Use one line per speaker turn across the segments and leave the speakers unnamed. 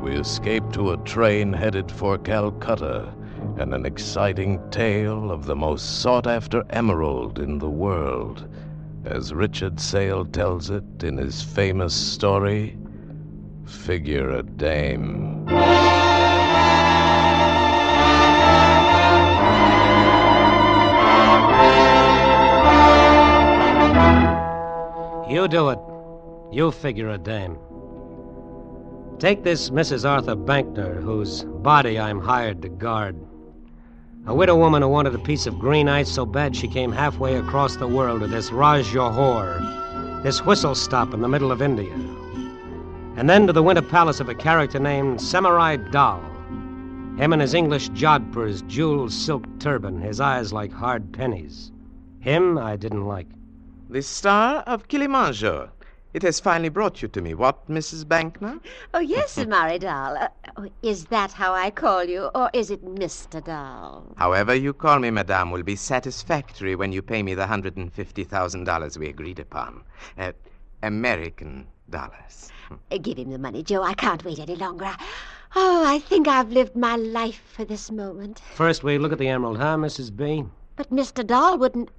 we escape to a train headed for Calcutta and an exciting tale of the most sought after emerald in the world, as Richard Sale tells it in his famous story, Figure a Dame.
You do it. You figure a dame. Take this Mrs. Arthur Bankner, whose body I'm hired to guard. A widow woman who wanted a piece of green ice so bad she came halfway across the world to this Raj Johor, this whistle stop in the middle of India, and then to the winter palace of a character named Samurai Dal. Him and his English jodhpurs, jeweled silk turban, his eyes like hard pennies. Him I didn't like.
The star of Kilimanjaro. It has finally brought you to me. What, Mrs. Bankner?
Oh, yes, Amari Dahl. Uh, oh, is that how I call you, or is it Mr. Dahl?
However you call me, madame, will be satisfactory when you pay me the $150,000 we agreed upon. Uh, American dollars.
Uh, Give him the money, Joe. I can't wait any longer. Oh, I think I've lived my life for this moment.
First, we look at the emerald, huh, Mrs. B?
But Mr. Dahl wouldn't.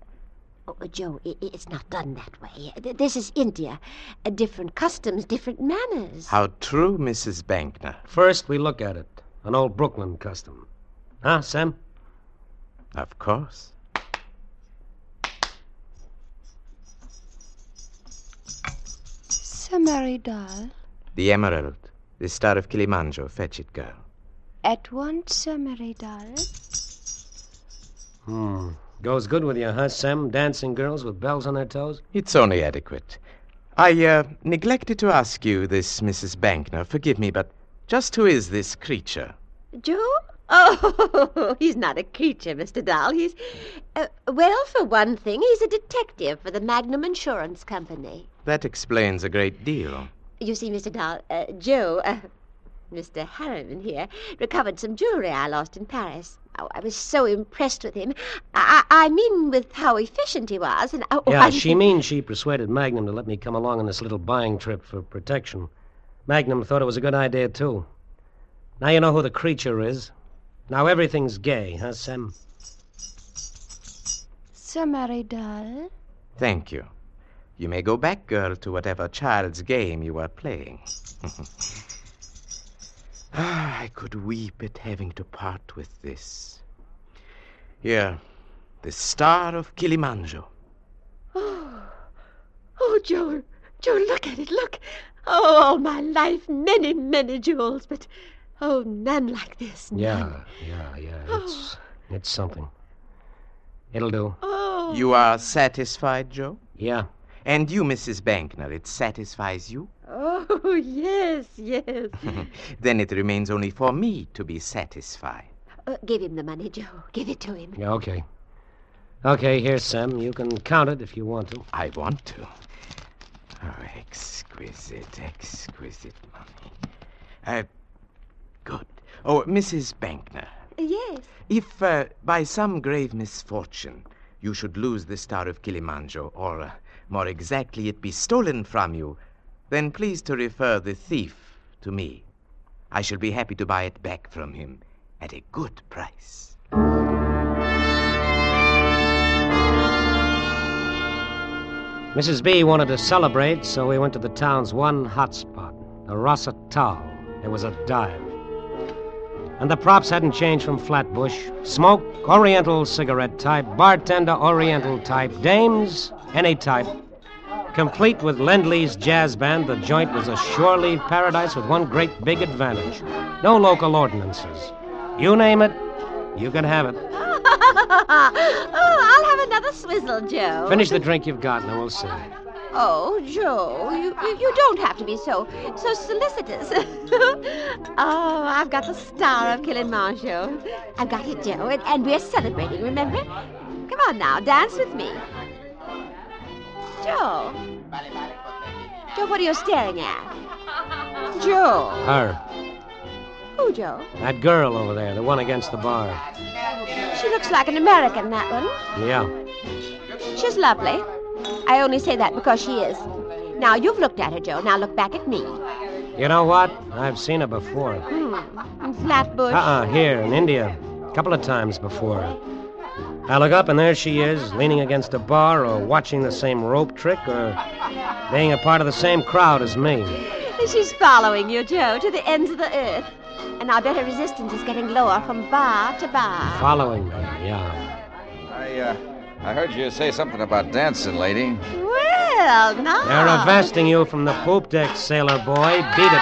Oh, uh, Joe, i- i- it's not done that way. Uh, th- This is India. Uh, Different customs, different manners.
How true, Mrs. Bankner.
First, we look at it. An old Brooklyn custom. Huh, Sam?
Of course.
Samari Dal.
The emerald. The star of Kilimanjaro. Fetch it, girl.
At once, Samari Dal.
Hmm. Goes good with you, huh, Sam? Dancing girls with bells on their toes?
It's only adequate. I uh, neglected to ask you this, Mrs. Bankner. Forgive me, but just who is this creature?
Joe? Oh, he's not a creature, Mr. Dahl. He's. Uh, well, for one thing, he's a detective for the Magnum Insurance Company.
That explains a great deal.
You see, Mr. Dahl, uh, Joe, uh, Mr. Harriman here, recovered some jewelry I lost in Paris. Oh, I was so impressed with him. I, I I mean, with how efficient he was. And oh,
Yeah,
I-
she means she persuaded Magnum to let me come along on this little buying trip for protection. Magnum thought it was a good idea, too. Now you know who the creature is. Now everything's gay, huh, Sam?
Samari Dal.
Thank you. You may go back, girl, to whatever child's game you were playing. Ah, I could weep at having to part with this. Here, the star of Kilimanjaro.
Oh, Joe, Joe, look at it, look. Oh, all my life, many, many jewels, but oh, none like this. none.
Yeah, yeah, yeah. It's, it's something. It'll do.
Oh.
You are satisfied, Joe?
Yeah.
And you, Mrs. Bankner, it satisfies you?
Oh, yes, yes.
Then it remains only for me to be satisfied.
uh, give him the money, Joe. Give it to him.
Yeah, okay. Okay, here, Sam. You can count it if you want to.
I want to. Oh, exquisite, exquisite money. Uh, good. Oh, Mrs. Bankner,
Yes.
if uh, by some grave misfortune you should lose the Star of Kilimanjaro, or uh, more exactly, it be stolen from you, then please to refer the thief to me. I shall be happy to buy it back from him at a good price.
Mrs. B wanted to celebrate, so we went to the town's one hot spot, the Rasa Tal. It was a dive. And the props hadn't changed from Flatbush. Smoke, Oriental cigarette type, bartender, Oriental type, dames, any type. Complete with Lendley's jazz band, the joint was a shore leave paradise with one great big advantage no local ordinances. You name it, you can have it.
oh, I'll have another swizzle, Joe.
Finish the drink you've got, and we'll see.
Oh, Joe, you, you, you don't have to be so so solicitous. oh, I've got the star of Kilimanjaro. I've got it, Joe, and, and we're celebrating, remember? Come on now, dance with me. Joe. Joe, what are you staring at? Joe.
Her.
Who, Joe?
That girl over there, the one against the bar.
She looks like an American, that one.
Yeah.
She's lovely. I only say that because she is. Now, you've looked at her, Joe. Now look back at me.
You know what? I've seen her before. Uh
Hmm. In Flatbush.
uh here in India. A couple of times before. I look up and there she is, leaning against a bar or watching the same rope trick or being a part of the same crowd as me.
She's following you, Joe, to the ends of the earth. And I bet her resistance is getting lower from bar to bar.
Following me, yeah.
I, uh, I heard you say something about dancing, lady.
Well, now.
They're avesting you from the poop deck, sailor boy. Beat it.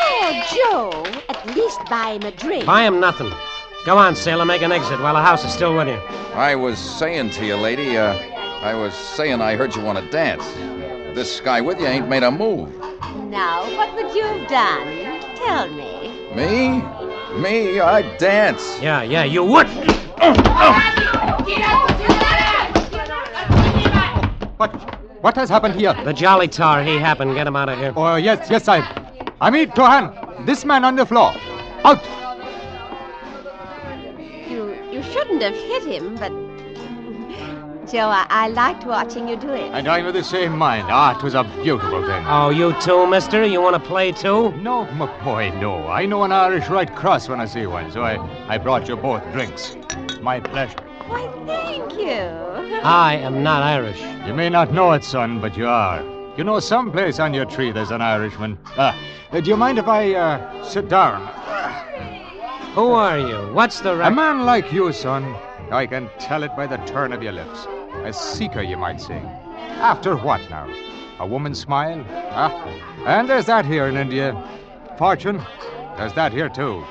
Oh, Joe, at least buy him a drink.
Buy him nothing. Go on, sailor, make an exit while the house is still with you.
I was saying to you, lady, uh, I was saying I heard you want to dance. This guy with you ain't made a move.
Now, what would you have done? Tell me.
Me? Me? I dance.
Yeah, yeah, you would.
What? What has happened here?
The jolly tar, he happened. Get him out of here.
Oh, yes, yes, I. I mean, Tohan, this man on the floor. Out!
You, you shouldn't have hit him, but. Joe, I, I liked watching you do it.
And I'm of the same mind. Ah, 'twas a beautiful thing.
Oh, you too, mister? You want to play too?
No, oh, my boy, no. I know an Irish Red Cross when I see one, so I, I brought you both drinks. My pleasure.
Why, thank you.
I am not Irish.
You may not know it, son, but you are. You know, someplace on your tree there's an Irishman. Ah, uh, do you mind if I uh, sit down?
Who are you? What's the
A
right?
man like you, son, I can tell it by the turn of your lips. A seeker, you might say. After what now? A woman's smile? Ah, and there's that here in India. Fortune? There's that here, too.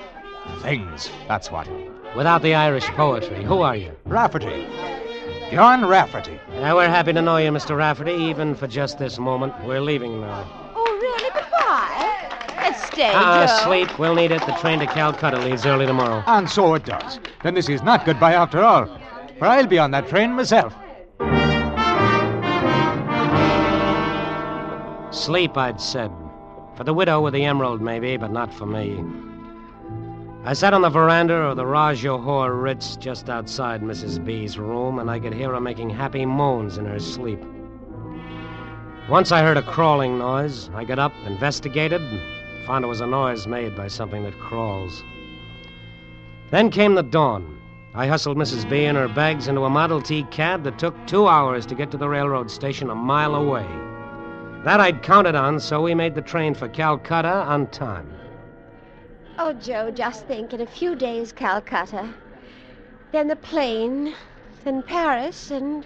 Things, that's what.
Without the Irish poetry, who are you?
Rafferty. John Rafferty.
Uh, we're happy to know you, Mr. Rafferty, even for just this moment. We're leaving now.
Oh, really? But why? Let's stay,
Uh,
Joe.
sleep. We'll need it. The train to Calcutta leaves early tomorrow.
And so it does. Then this is not goodbye after all. For I'll be on that train myself.
Sleep, I'd said. For the widow with the emerald, maybe, but not for me. I sat on the veranda of the Raj Johor Ritz just outside Mrs. B's room, and I could hear her making happy moans in her sleep. Once I heard a crawling noise. I got up, investigated, and found it was a noise made by something that crawls. Then came the dawn. I hustled Mrs. B and her bags into a Model T cab that took two hours to get to the railroad station a mile away. That I'd counted on, so we made the train for Calcutta on time.
Oh, Joe, just think. In a few days, Calcutta. Then the plane. Then Paris. And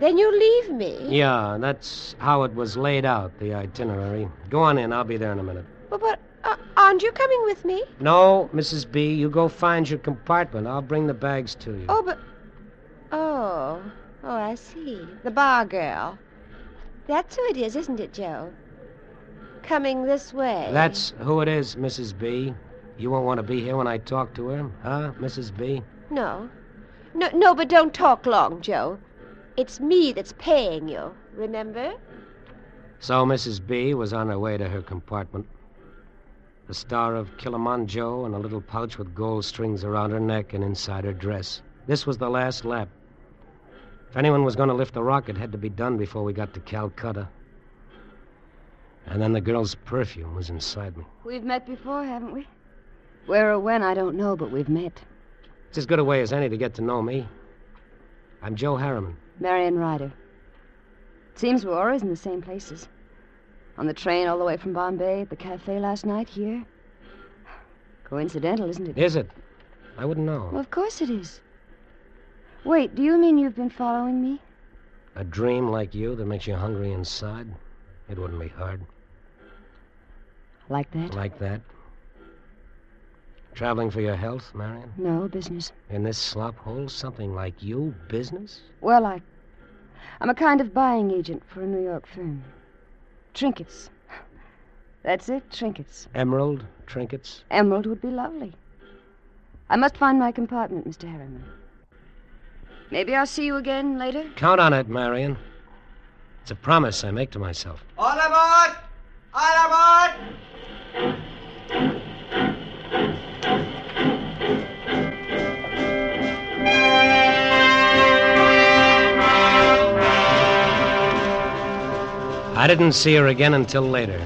then you leave me.
Yeah, that's how it was laid out, the itinerary. Go on in, I'll be there in a minute.
But, but uh, aren't you coming with me?
No, Mrs. B, you go find your compartment. I'll bring the bags to you.
Oh, but. Oh. Oh, I see. The bar girl. That's who it is, isn't it, Joe? Coming this way.
That's who it is, Mrs. B. You won't want to be here when I talk to her, huh, Mrs. B?
No. No, no, but don't talk long, Joe. It's me that's paying you, remember?
So Mrs. B was on her way to her compartment. The star of Kilimanjaro in a little pouch with gold strings around her neck and inside her dress. This was the last lap. If anyone was going to lift the rock, it had to be done before we got to Calcutta. And then the girl's perfume was inside me.
We've met before, haven't we? Where or when, I don't know, but we've met.
It's as good a way as any to get to know me. I'm Joe Harriman.
Marion Ryder. It seems we're always in the same places. On the train all the way from Bombay, at the cafe last night, here. Coincidental, isn't it?
Is it? I wouldn't
Well,
know.
of course it is. Wait, do you mean you've been following me?
A dream like you that makes you hungry inside? It wouldn't be hard.
Like that?
Like that? Traveling for your health, Marion?
No, business.
In this slop hole, something like you, business?
Well, I. I'm a kind of buying agent for a New York firm. Trinkets. That's it, trinkets.
Emerald, trinkets.
Emerald would be lovely. I must find my compartment, Mr. Harriman. Maybe I'll see you again later.
Count on it, Marion. It's a promise I make to myself.
All aboard! All aboard!
I didn't see her again until later.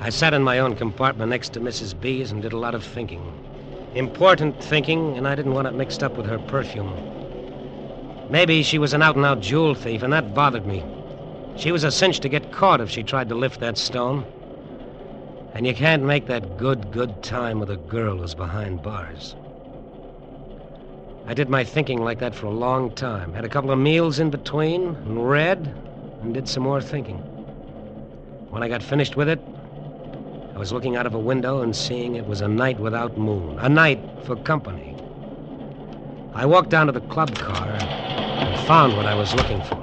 I sat in my own compartment next to Mrs. B's and did a lot of thinking. Important thinking, and I didn't want it mixed up with her perfume. Maybe she was an out and out jewel thief, and that bothered me. She was a cinch to get caught if she tried to lift that stone. And you can't make that good, good time with a girl who's behind bars. I did my thinking like that for a long time. Had a couple of meals in between, and read, and did some more thinking. When I got finished with it, I was looking out of a window and seeing it was a night without moon, a night for company. I walked down to the club car and found what I was looking for.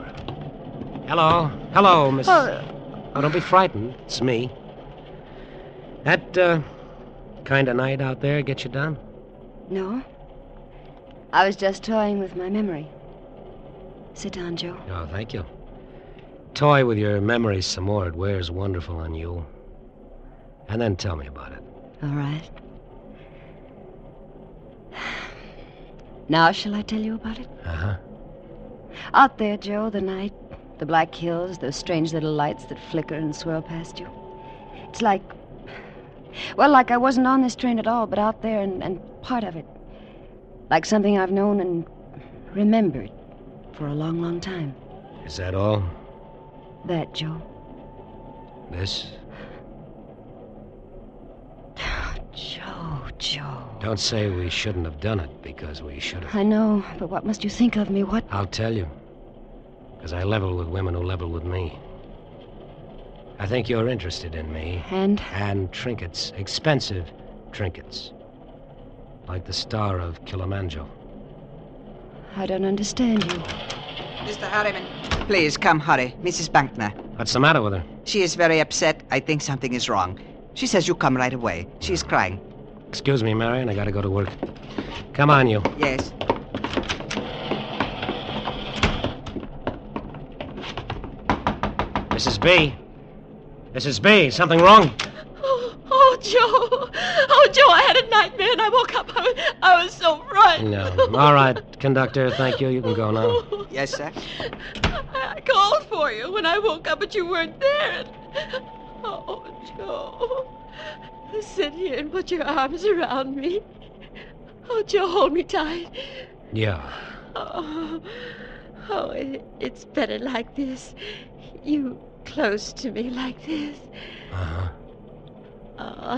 Hello, hello, Miss.
Oh.
Oh, don't be frightened. It's me. That uh, kind of night out there get you down?
No. I was just toying with my memory. Sit down, Joe.
Oh, thank you. Toy with your memories some more. It wears wonderful on you. And then tell me about it.
All right. Now, shall I tell you about it?
Uh huh.
Out there, Joe, the night, the black hills, those strange little lights that flicker and swirl past you. It's like. Well, like I wasn't on this train at all, but out there and, and part of it. Like something I've known and remembered for a long, long time.
Is that all?
That, Joe.
This?
Joe, Joe.
Don't say we shouldn't have done it because we should have.
I know, but what must you think of me? What?
I'll tell you. Because I level with women who level with me. I think you're interested in me.
And
And trinkets. Expensive trinkets. Like the star of Kilimanjaro.
I don't understand you.
Mr. Harriman. Please come hurry. Mrs. Bankner.
What's the matter with her?
She is very upset. I think something is wrong. She says you come right away. She is crying.
Excuse me, Marion. I gotta go to work. Come on, you.
Yes.
Mrs. B. Mrs. B. Something wrong?
Oh, oh, Joe. Oh, Joe, I had a nightmare and I woke up. I was, I was so frightened.
No. All right, conductor. Thank you. You can go now.
Yes, sir.
I, I called for you when I woke up, but you weren't there. And, oh, Joe. Sit here and put your arms around me. Oh, Joe, hold me tight.
Yeah.
Oh, oh it, it's better like this. You close to me like this.
Uh huh.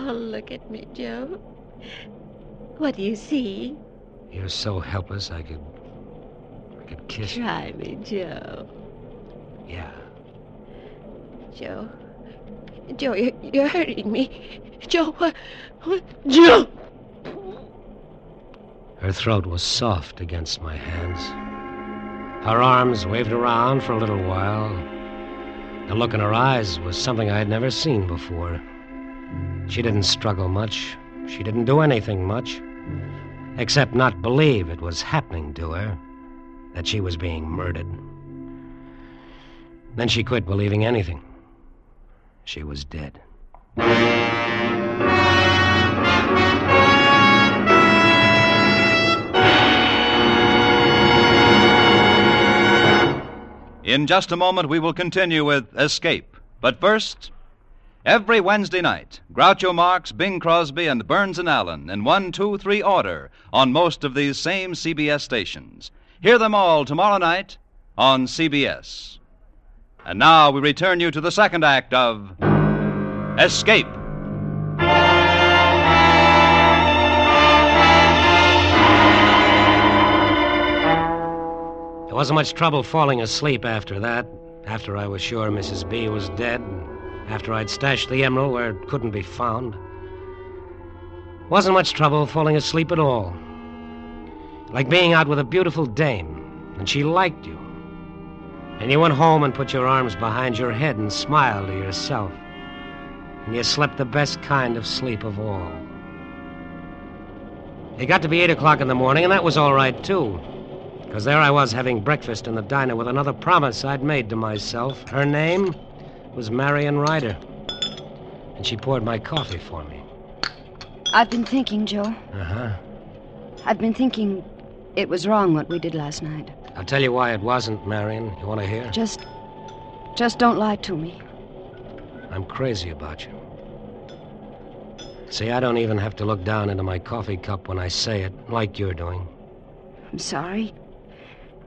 Oh, look at me, Joe. What do you see?
You're so helpless. I could. I could kiss you.
Try me, Joe.
Yeah.
Joe. Joe, you're, you're hurting me. Joe, what? what Joe!
Her throat was soft against my hands. Her arms waved around for a little while. The look in her eyes was something I had never seen before. She didn't struggle much. She didn't do anything much. Except not believe it was happening to her, that she was being murdered. Then she quit believing anything. She was dead.
In just a moment, we will continue with Escape. But first, every Wednesday night, Groucho Marx, Bing Crosby, and Burns and Allen in one, two, three order on most of these same CBS stations. Hear them all tomorrow night on CBS. And now we return you to the second act of Escape.
It wasn't much trouble falling asleep after that, after I was sure Mrs. B was dead, and after I'd stashed the emerald where it couldn't be found. Wasn't much trouble falling asleep at all. Like being out with a beautiful dame, and she liked you. And you went home and put your arms behind your head and smiled to yourself. And you slept the best kind of sleep of all. It got to be 8 o'clock in the morning, and that was all right, too. Because there I was having breakfast in the diner with another promise I'd made to myself. Her name was Marion Ryder. And she poured my coffee for me.
I've been thinking, Joe.
Uh huh.
I've been thinking it was wrong what we did last night.
I'll tell you why it wasn't, Marion. You want to hear?
Just. Just don't lie to me.
I'm crazy about you. See, I don't even have to look down into my coffee cup when I say it, like you're doing.
I'm sorry.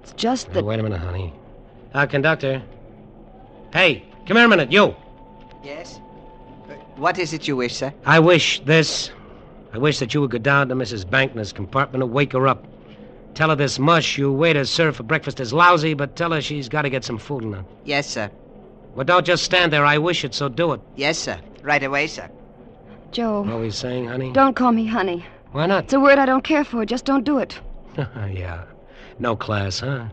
It's just
Now,
that.
wait a minute, honey. Uh, conductor. Hey, come here a minute, you.
Yes? Uh, What is it you wish, sir?
I wish this. I wish that you would go down to Mrs. Bankner's compartment and wake her up. Tell her this mush you waiters serve for breakfast is lousy, but tell her she's got to get some food in her.
Yes, sir.
Well, don't just stand there. I wish it, so do it.
Yes, sir. Right away, sir.
Joe,
What were you saying, honey?
don't call me honey.
Why not?
It's a word I don't care for. Just don't do it.
yeah. No class, huh?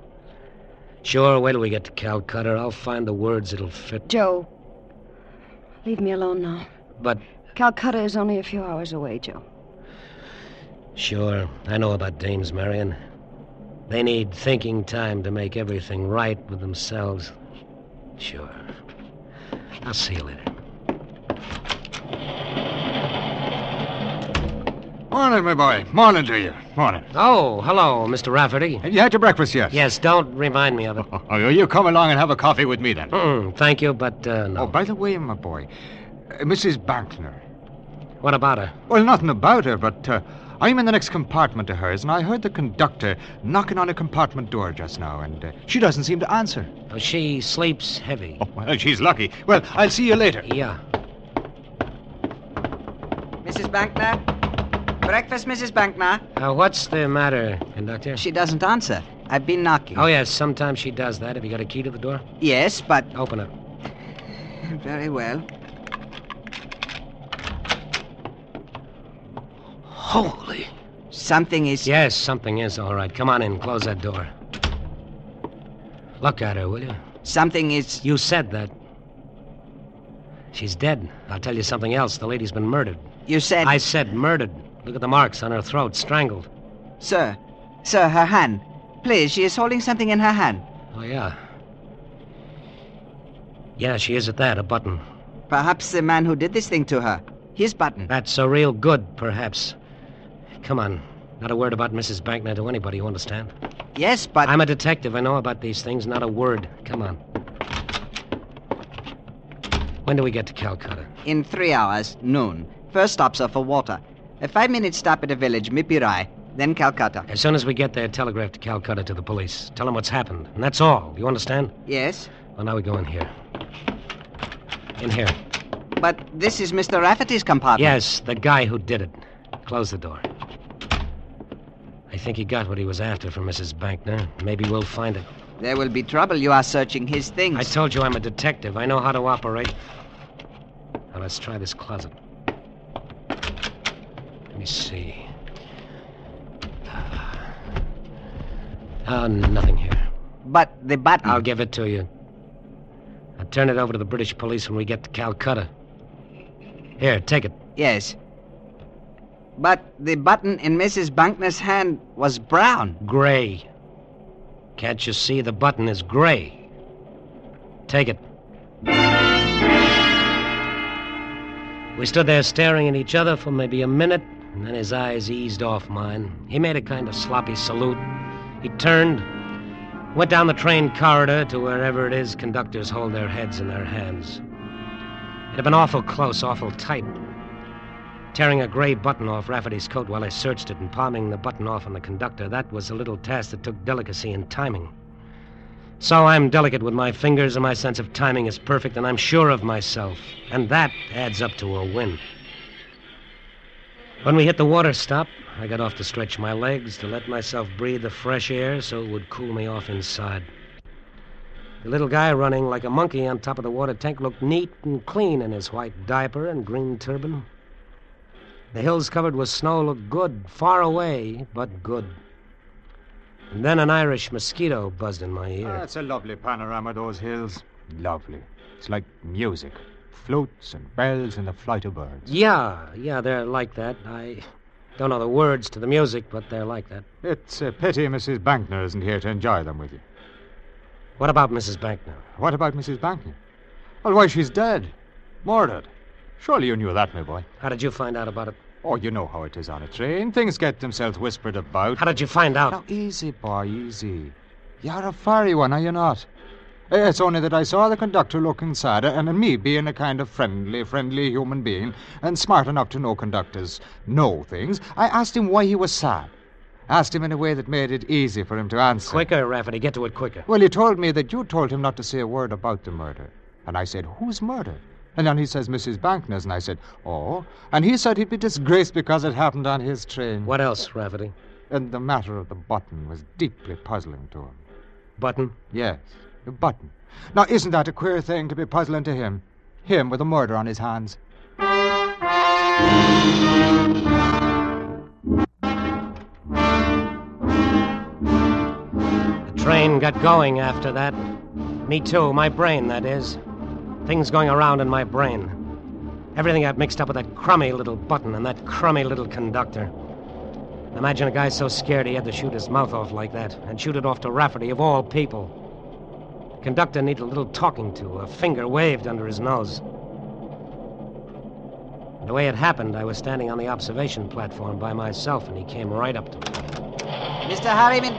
Sure, wait till we get to Calcutta. I'll find the words that'll fit.
Joe, leave me alone now.
But
Calcutta is only a few hours away, Joe.
Sure, I know about dames, Marion. They need thinking time to make everything right with themselves. Sure. I'll see you later.
Morning, my boy. Morning to you. Morning.
Oh, hello, Mr. Rafferty.
Have you had your breakfast yet?
Yes, don't remind me of it.
Oh, you come along and have a coffee with me then.
Mm, thank you, but uh, no.
Oh, by the way, my boy, uh, Mrs. Bankner.
What about her?
Well, nothing about her, but uh, I'm in the next compartment to hers, and I heard the conductor knocking on a compartment door just now, and uh, she doesn't seem to answer.
Oh, she sleeps heavy.
Oh, well, she's lucky. Well, I'll see you later.
Yeah.
Mrs. Bankner? Breakfast, Mrs. Bankner?
Uh, what's the matter, conductor?
She doesn't answer. I've been knocking.
Oh, yes, sometimes she does that. Have you got a key to the door?
Yes, but.
Open it.
Very well.
Holy.
Something is.
Yes, something is all right. Come on in, close that door. Look at her, will you?
Something is.
You said that. She's dead. I'll tell you something else. The lady's been murdered.
You said.
I said murdered. Look at the marks on her throat, strangled.
Sir. Sir, her hand. Please, she is holding something in her hand.
Oh, yeah. Yeah, she is at that, a button.
Perhaps the man who did this thing to her. His button.
That's a real good, perhaps. Come on. Not a word about Mrs. Bankner to anybody, you understand?
Yes, but.
I'm a detective. I know about these things. Not a word. Come on. When do we get to Calcutta?
In three hours, noon. First stop, sir, for water. A five minute stop at a village, Mipirai, then Calcutta.
As soon as we get there, telegraph to Calcutta to the police. Tell them what's happened. And that's all. You understand?
Yes?
Well, now we go in here. In here.
But this is Mr. Rafferty's compartment.
Yes, the guy who did it. Close the door. I think he got what he was after from Mrs. Bankner. Maybe we'll find it.
There will be trouble. You are searching his things.
I told you I'm a detective. I know how to operate. Now let's try this closet. Let me see. Ah, nothing here.
But the button.
I'll give it to you. I'll turn it over to the British police when we get to Calcutta. Here, take it.
Yes. But the button in Mrs. Bankner's hand was brown.
Gray. Can't you see? The button is gray. Take it. We stood there staring at each other for maybe a minute, and then his eyes eased off mine. He made a kind of sloppy salute. He turned, went down the train corridor to wherever it is conductors hold their heads in their hands. It had been awful close, awful tight. Tearing a gray button off Rafferty's coat while I searched it and palming the button off on the conductor, that was a little task that took delicacy and timing. So I'm delicate with my fingers, and my sense of timing is perfect, and I'm sure of myself. And that adds up to a win. When we hit the water stop, I got off to stretch my legs to let myself breathe the fresh air so it would cool me off inside. The little guy running like a monkey on top of the water tank looked neat and clean in his white diaper and green turban. The hills covered with snow looked good, far away, but good. And then an Irish mosquito buzzed in my ear.
That's Ah, a lovely panorama, those hills. Lovely. It's like music. Flutes and bells and the flight of birds.
Yeah, yeah, they're like that. I don't know the words to the music, but they're like that.
It's a pity Mrs. Bankner isn't here to enjoy them with you.
What about Mrs. Bankner?
What about Mrs. Bankner? Well, why, she's dead. Murdered. Surely you knew that, my boy.
How did you find out about it?
Oh, you know how it is on a train. Things get themselves whispered about.
How did you find out?
Now, easy, boy, easy. You're a fiery one, are you not? Eh, It's only that I saw the conductor looking sad, and me being a kind of friendly, friendly human being, and smart enough to know conductors know things, I asked him why he was sad. Asked him in a way that made it easy for him to answer.
Quicker, Rafferty. Get to it quicker.
Well, he told me that you told him not to say a word about the murder. And I said, Who's murder? And then he says, Mrs. Bankner's. And I said, Oh. And he said he'd be disgraced because it happened on his train.
What else, Rafferty?
And the matter of the button was deeply puzzling to him.
Button?
Yes, the button. Now, isn't that a queer thing to be puzzling to him? Him with a murder on his hands.
The train got going after that. Me too. My brain, that is. Things going around in my brain. Everything got mixed up with that crummy little button and that crummy little conductor. Imagine a guy so scared he had to shoot his mouth off like that and shoot it off to Rafferty, of all people. The conductor needed a little talking to, a finger waved under his nose. The way it happened, I was standing on the observation platform by myself, and he came right up to me.
Mr. Harriman.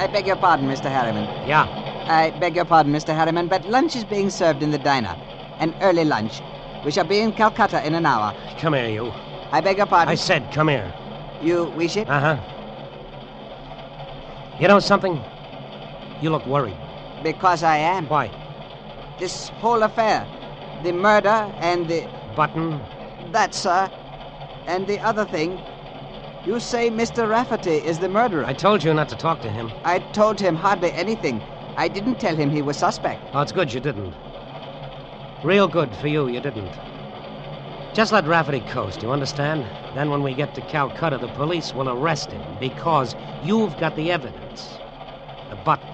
I beg your pardon, Mr. Harriman.
Yeah,
I beg your pardon, Mr. Harriman, but lunch is being served in the diner. An early lunch. We shall be in Calcutta in an hour.
come here, you.
I beg your pardon.
I said, come here.
You wish it?
Uh huh. You know something? You look worried.
because I am.
Why?
This whole affair. The murder and the.
Button?
That, sir. And the other thing. You say Mr. Rafferty is the murderer.
I told you not to talk to him.
I told him hardly anything. I didn't tell him he was suspect.
Oh, it's good you didn't. Real good for you, you didn't. Just let Rafferty coast, you understand? Then when we get to Calcutta, the police will arrest him because you've got the evidence. The button.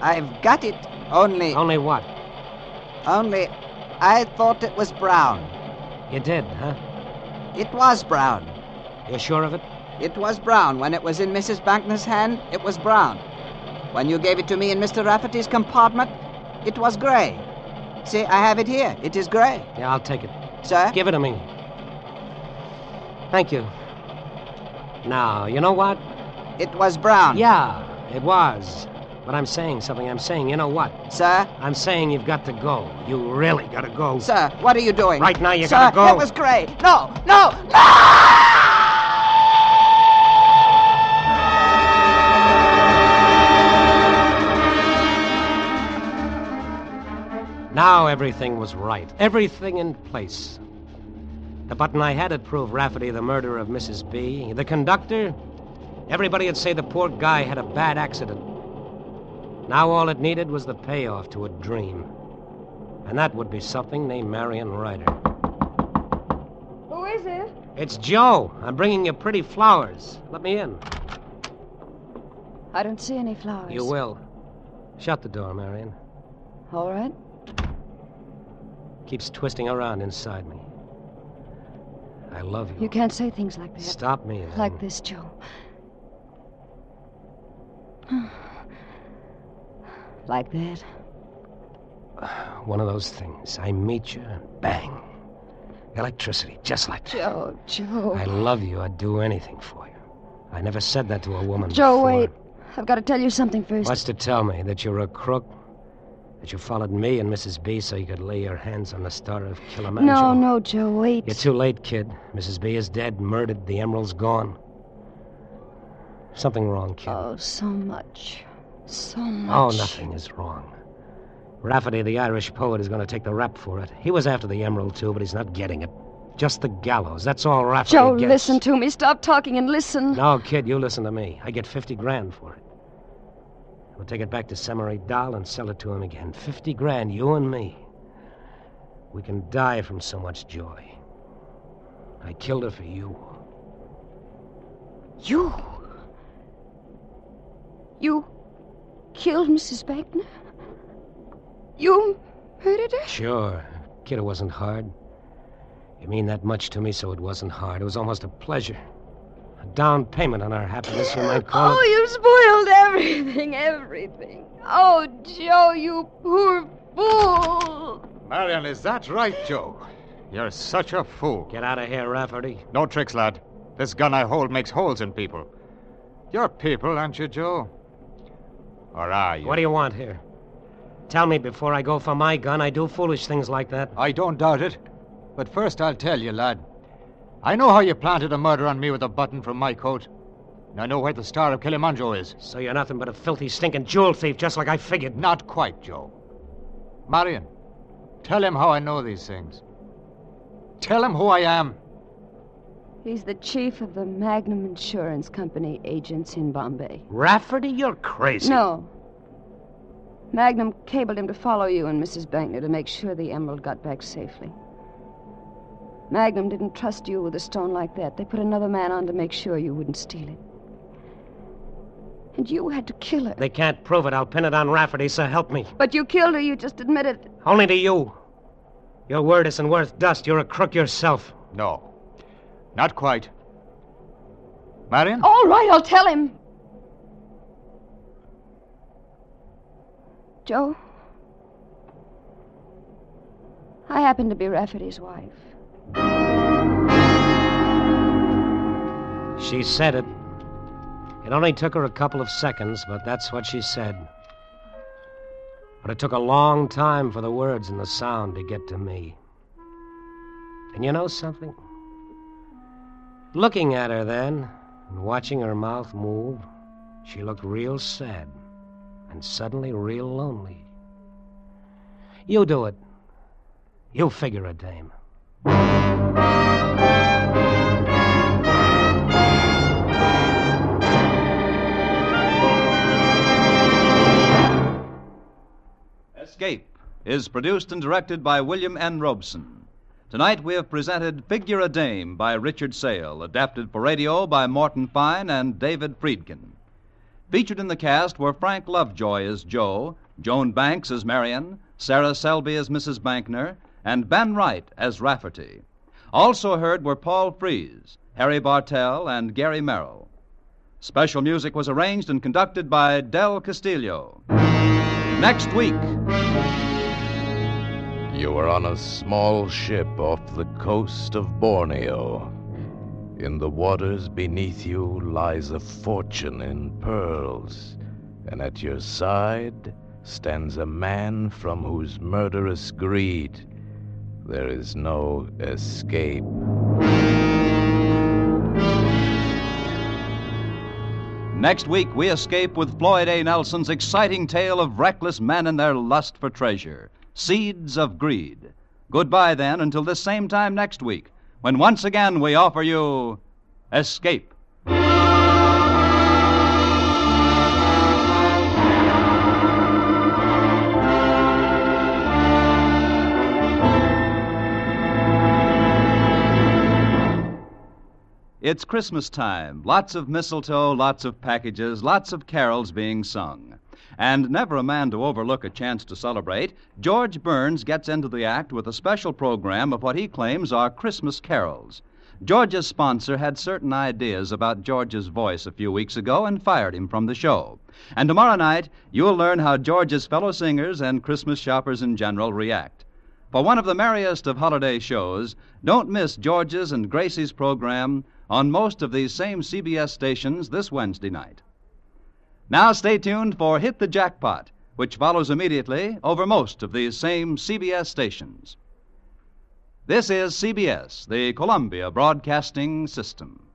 I've got it. Only,
Only what?
only, I thought it was Brown.
You did, huh?
It was Brown.
You're sure of it?
It was Brown. When it was in Mrs. Bankner's hand, it was Brown. When you gave it to me in Mr. Rafferty's compartment, it was gray. See, I have it here. It is gray.
Yeah, I'll take it.
Sir?
Give it to me. Thank you. Now, you know what?
It was Brown.
Yeah, it was. But I'm saying something. I'm saying, you know what?
Sir?
I'm saying you've got to go. You really got to go.
Sir, what are you doing?
Right now, you
Sir,
gotta go.
It was gray. No, no, no!
Now everything was right. Everything in place. The button I had had proved Rafferty the murderer of Mrs. B. The conductor. Everybody would say the poor guy had a bad accident. Now all it needed was the payoff to a dream. And that would be something named Marion Ryder.
Who is it?
It's Joe. I'm bringing you pretty flowers. Let me in.
I don't see any flowers.
You will. Shut the door, Marion.
All right.
Keeps twisting around inside me. I love you.
You can't say things like that.
Stop me. then.
Like this, Joe. like that.
One of those things. I meet you, and bang. Electricity, just like that.
Joe, Joe.
I love you. I'd do anything for you. I never said that to a woman.
Joe,
before.
wait. I've got to tell you something first.
What's to tell me? That you're a crook? That you followed me and Mrs. B so you could lay your hands on the star of Kilimanjaro?
No, no, Joe, wait.
You're too late, kid. Mrs. B is dead, murdered. The emerald's gone. Something wrong, kid.
Oh, so much. So
Oh,
much.
nothing is wrong. Rafferty, the Irish poet, is going to take the rap for it. He was after the emerald, too, but he's not getting it. Just the gallows. That's all Rafferty
Joe,
gets.
listen to me. Stop talking and listen.
No, kid, you listen to me. I get 50 grand for it. We'll take it back to Samurai Dahl and sell it to him again. 50 grand, you and me. We can die from so much joy. I killed her for you.
You. You killed Mrs. Bankner? You murdered her?
Sure. Kiddo wasn't hard. You mean that much to me, so it wasn't hard. It was almost a pleasure. A down payment on our happiness, you might call
Oh,
it.
you spoiled everything, everything. Oh, Joe, you poor fool.
Marion, is that right, Joe? You're such a fool.
Get out of here, Rafferty.
No tricks, lad. This gun I hold makes holes in people. You're people, aren't you, Joe? Or are you?
What do you want here? Tell me before I go for my gun, I do foolish things like that.
I don't doubt it. But first, I'll tell you, lad. I know how you planted a murder on me with a button from my coat. And I know where the star of Kilimanjaro is.
So you're nothing but a filthy, stinking jewel thief, just like I figured.
Not quite, Joe. Marion, tell him how I know these things. Tell him who I am.
He's the chief of the Magnum Insurance Company agents in Bombay.
Rafferty, you're crazy.
No. Magnum cabled him to follow you and Mrs. Bankner to make sure the emerald got back safely. Magnum didn't trust you with a stone like that. They put another man on to make sure you wouldn't steal it. And you had to kill her.
They can't prove it. I'll pin it on Rafferty, so help me.
But you killed her, you just admitted.
Only to you. Your word isn't worth dust. You're a crook yourself.
No, not quite. Marion?
All right, I'll tell him. Joe, I happen to be Rafferty's wife.
She said it. It only took her a couple of seconds, but that's what she said. But it took a long time for the words and the sound to get to me. And you know something? Looking at her then, and watching her mouth move, she looked real sad, and suddenly real lonely. You do it. You figure it, dame.
Escape is produced and directed by William N. Robeson. Tonight we have presented Figure a Dame by Richard Sale, adapted for radio by Morton Fine and David Friedkin. Featured in the cast were Frank Lovejoy as Joe, Joan Banks as Marion, Sarah Selby as Mrs. Bankner, and Ben Wright as Rafferty. Also heard were Paul Fries, Harry Bartell, and Gary Merrill. Special music was arranged and conducted by Del Castillo. Next week.
You were on a small ship off the coast of Borneo. In the waters beneath you lies a fortune in pearls, and at your side stands a man from whose murderous greed there is no escape.
Next week, we escape with Floyd A. Nelson's exciting tale of reckless men and their lust for treasure Seeds of Greed. Goodbye, then, until this same time next week, when once again we offer you Escape. It's Christmas time. Lots of mistletoe, lots of packages, lots of carols being sung. And never a man to overlook a chance to celebrate, George Burns gets into the act with a special program of what he claims are Christmas carols. George's sponsor had certain ideas about George's voice a few weeks ago and fired him from the show. And tomorrow night, you'll learn how George's fellow singers and Christmas shoppers in general react. For one of the merriest of holiday shows, don't miss George's and Gracie's program on most of these same CBS stations this Wednesday night. Now stay tuned for Hit the Jackpot, which follows immediately over most of these same CBS stations. This is CBS, the Columbia Broadcasting System.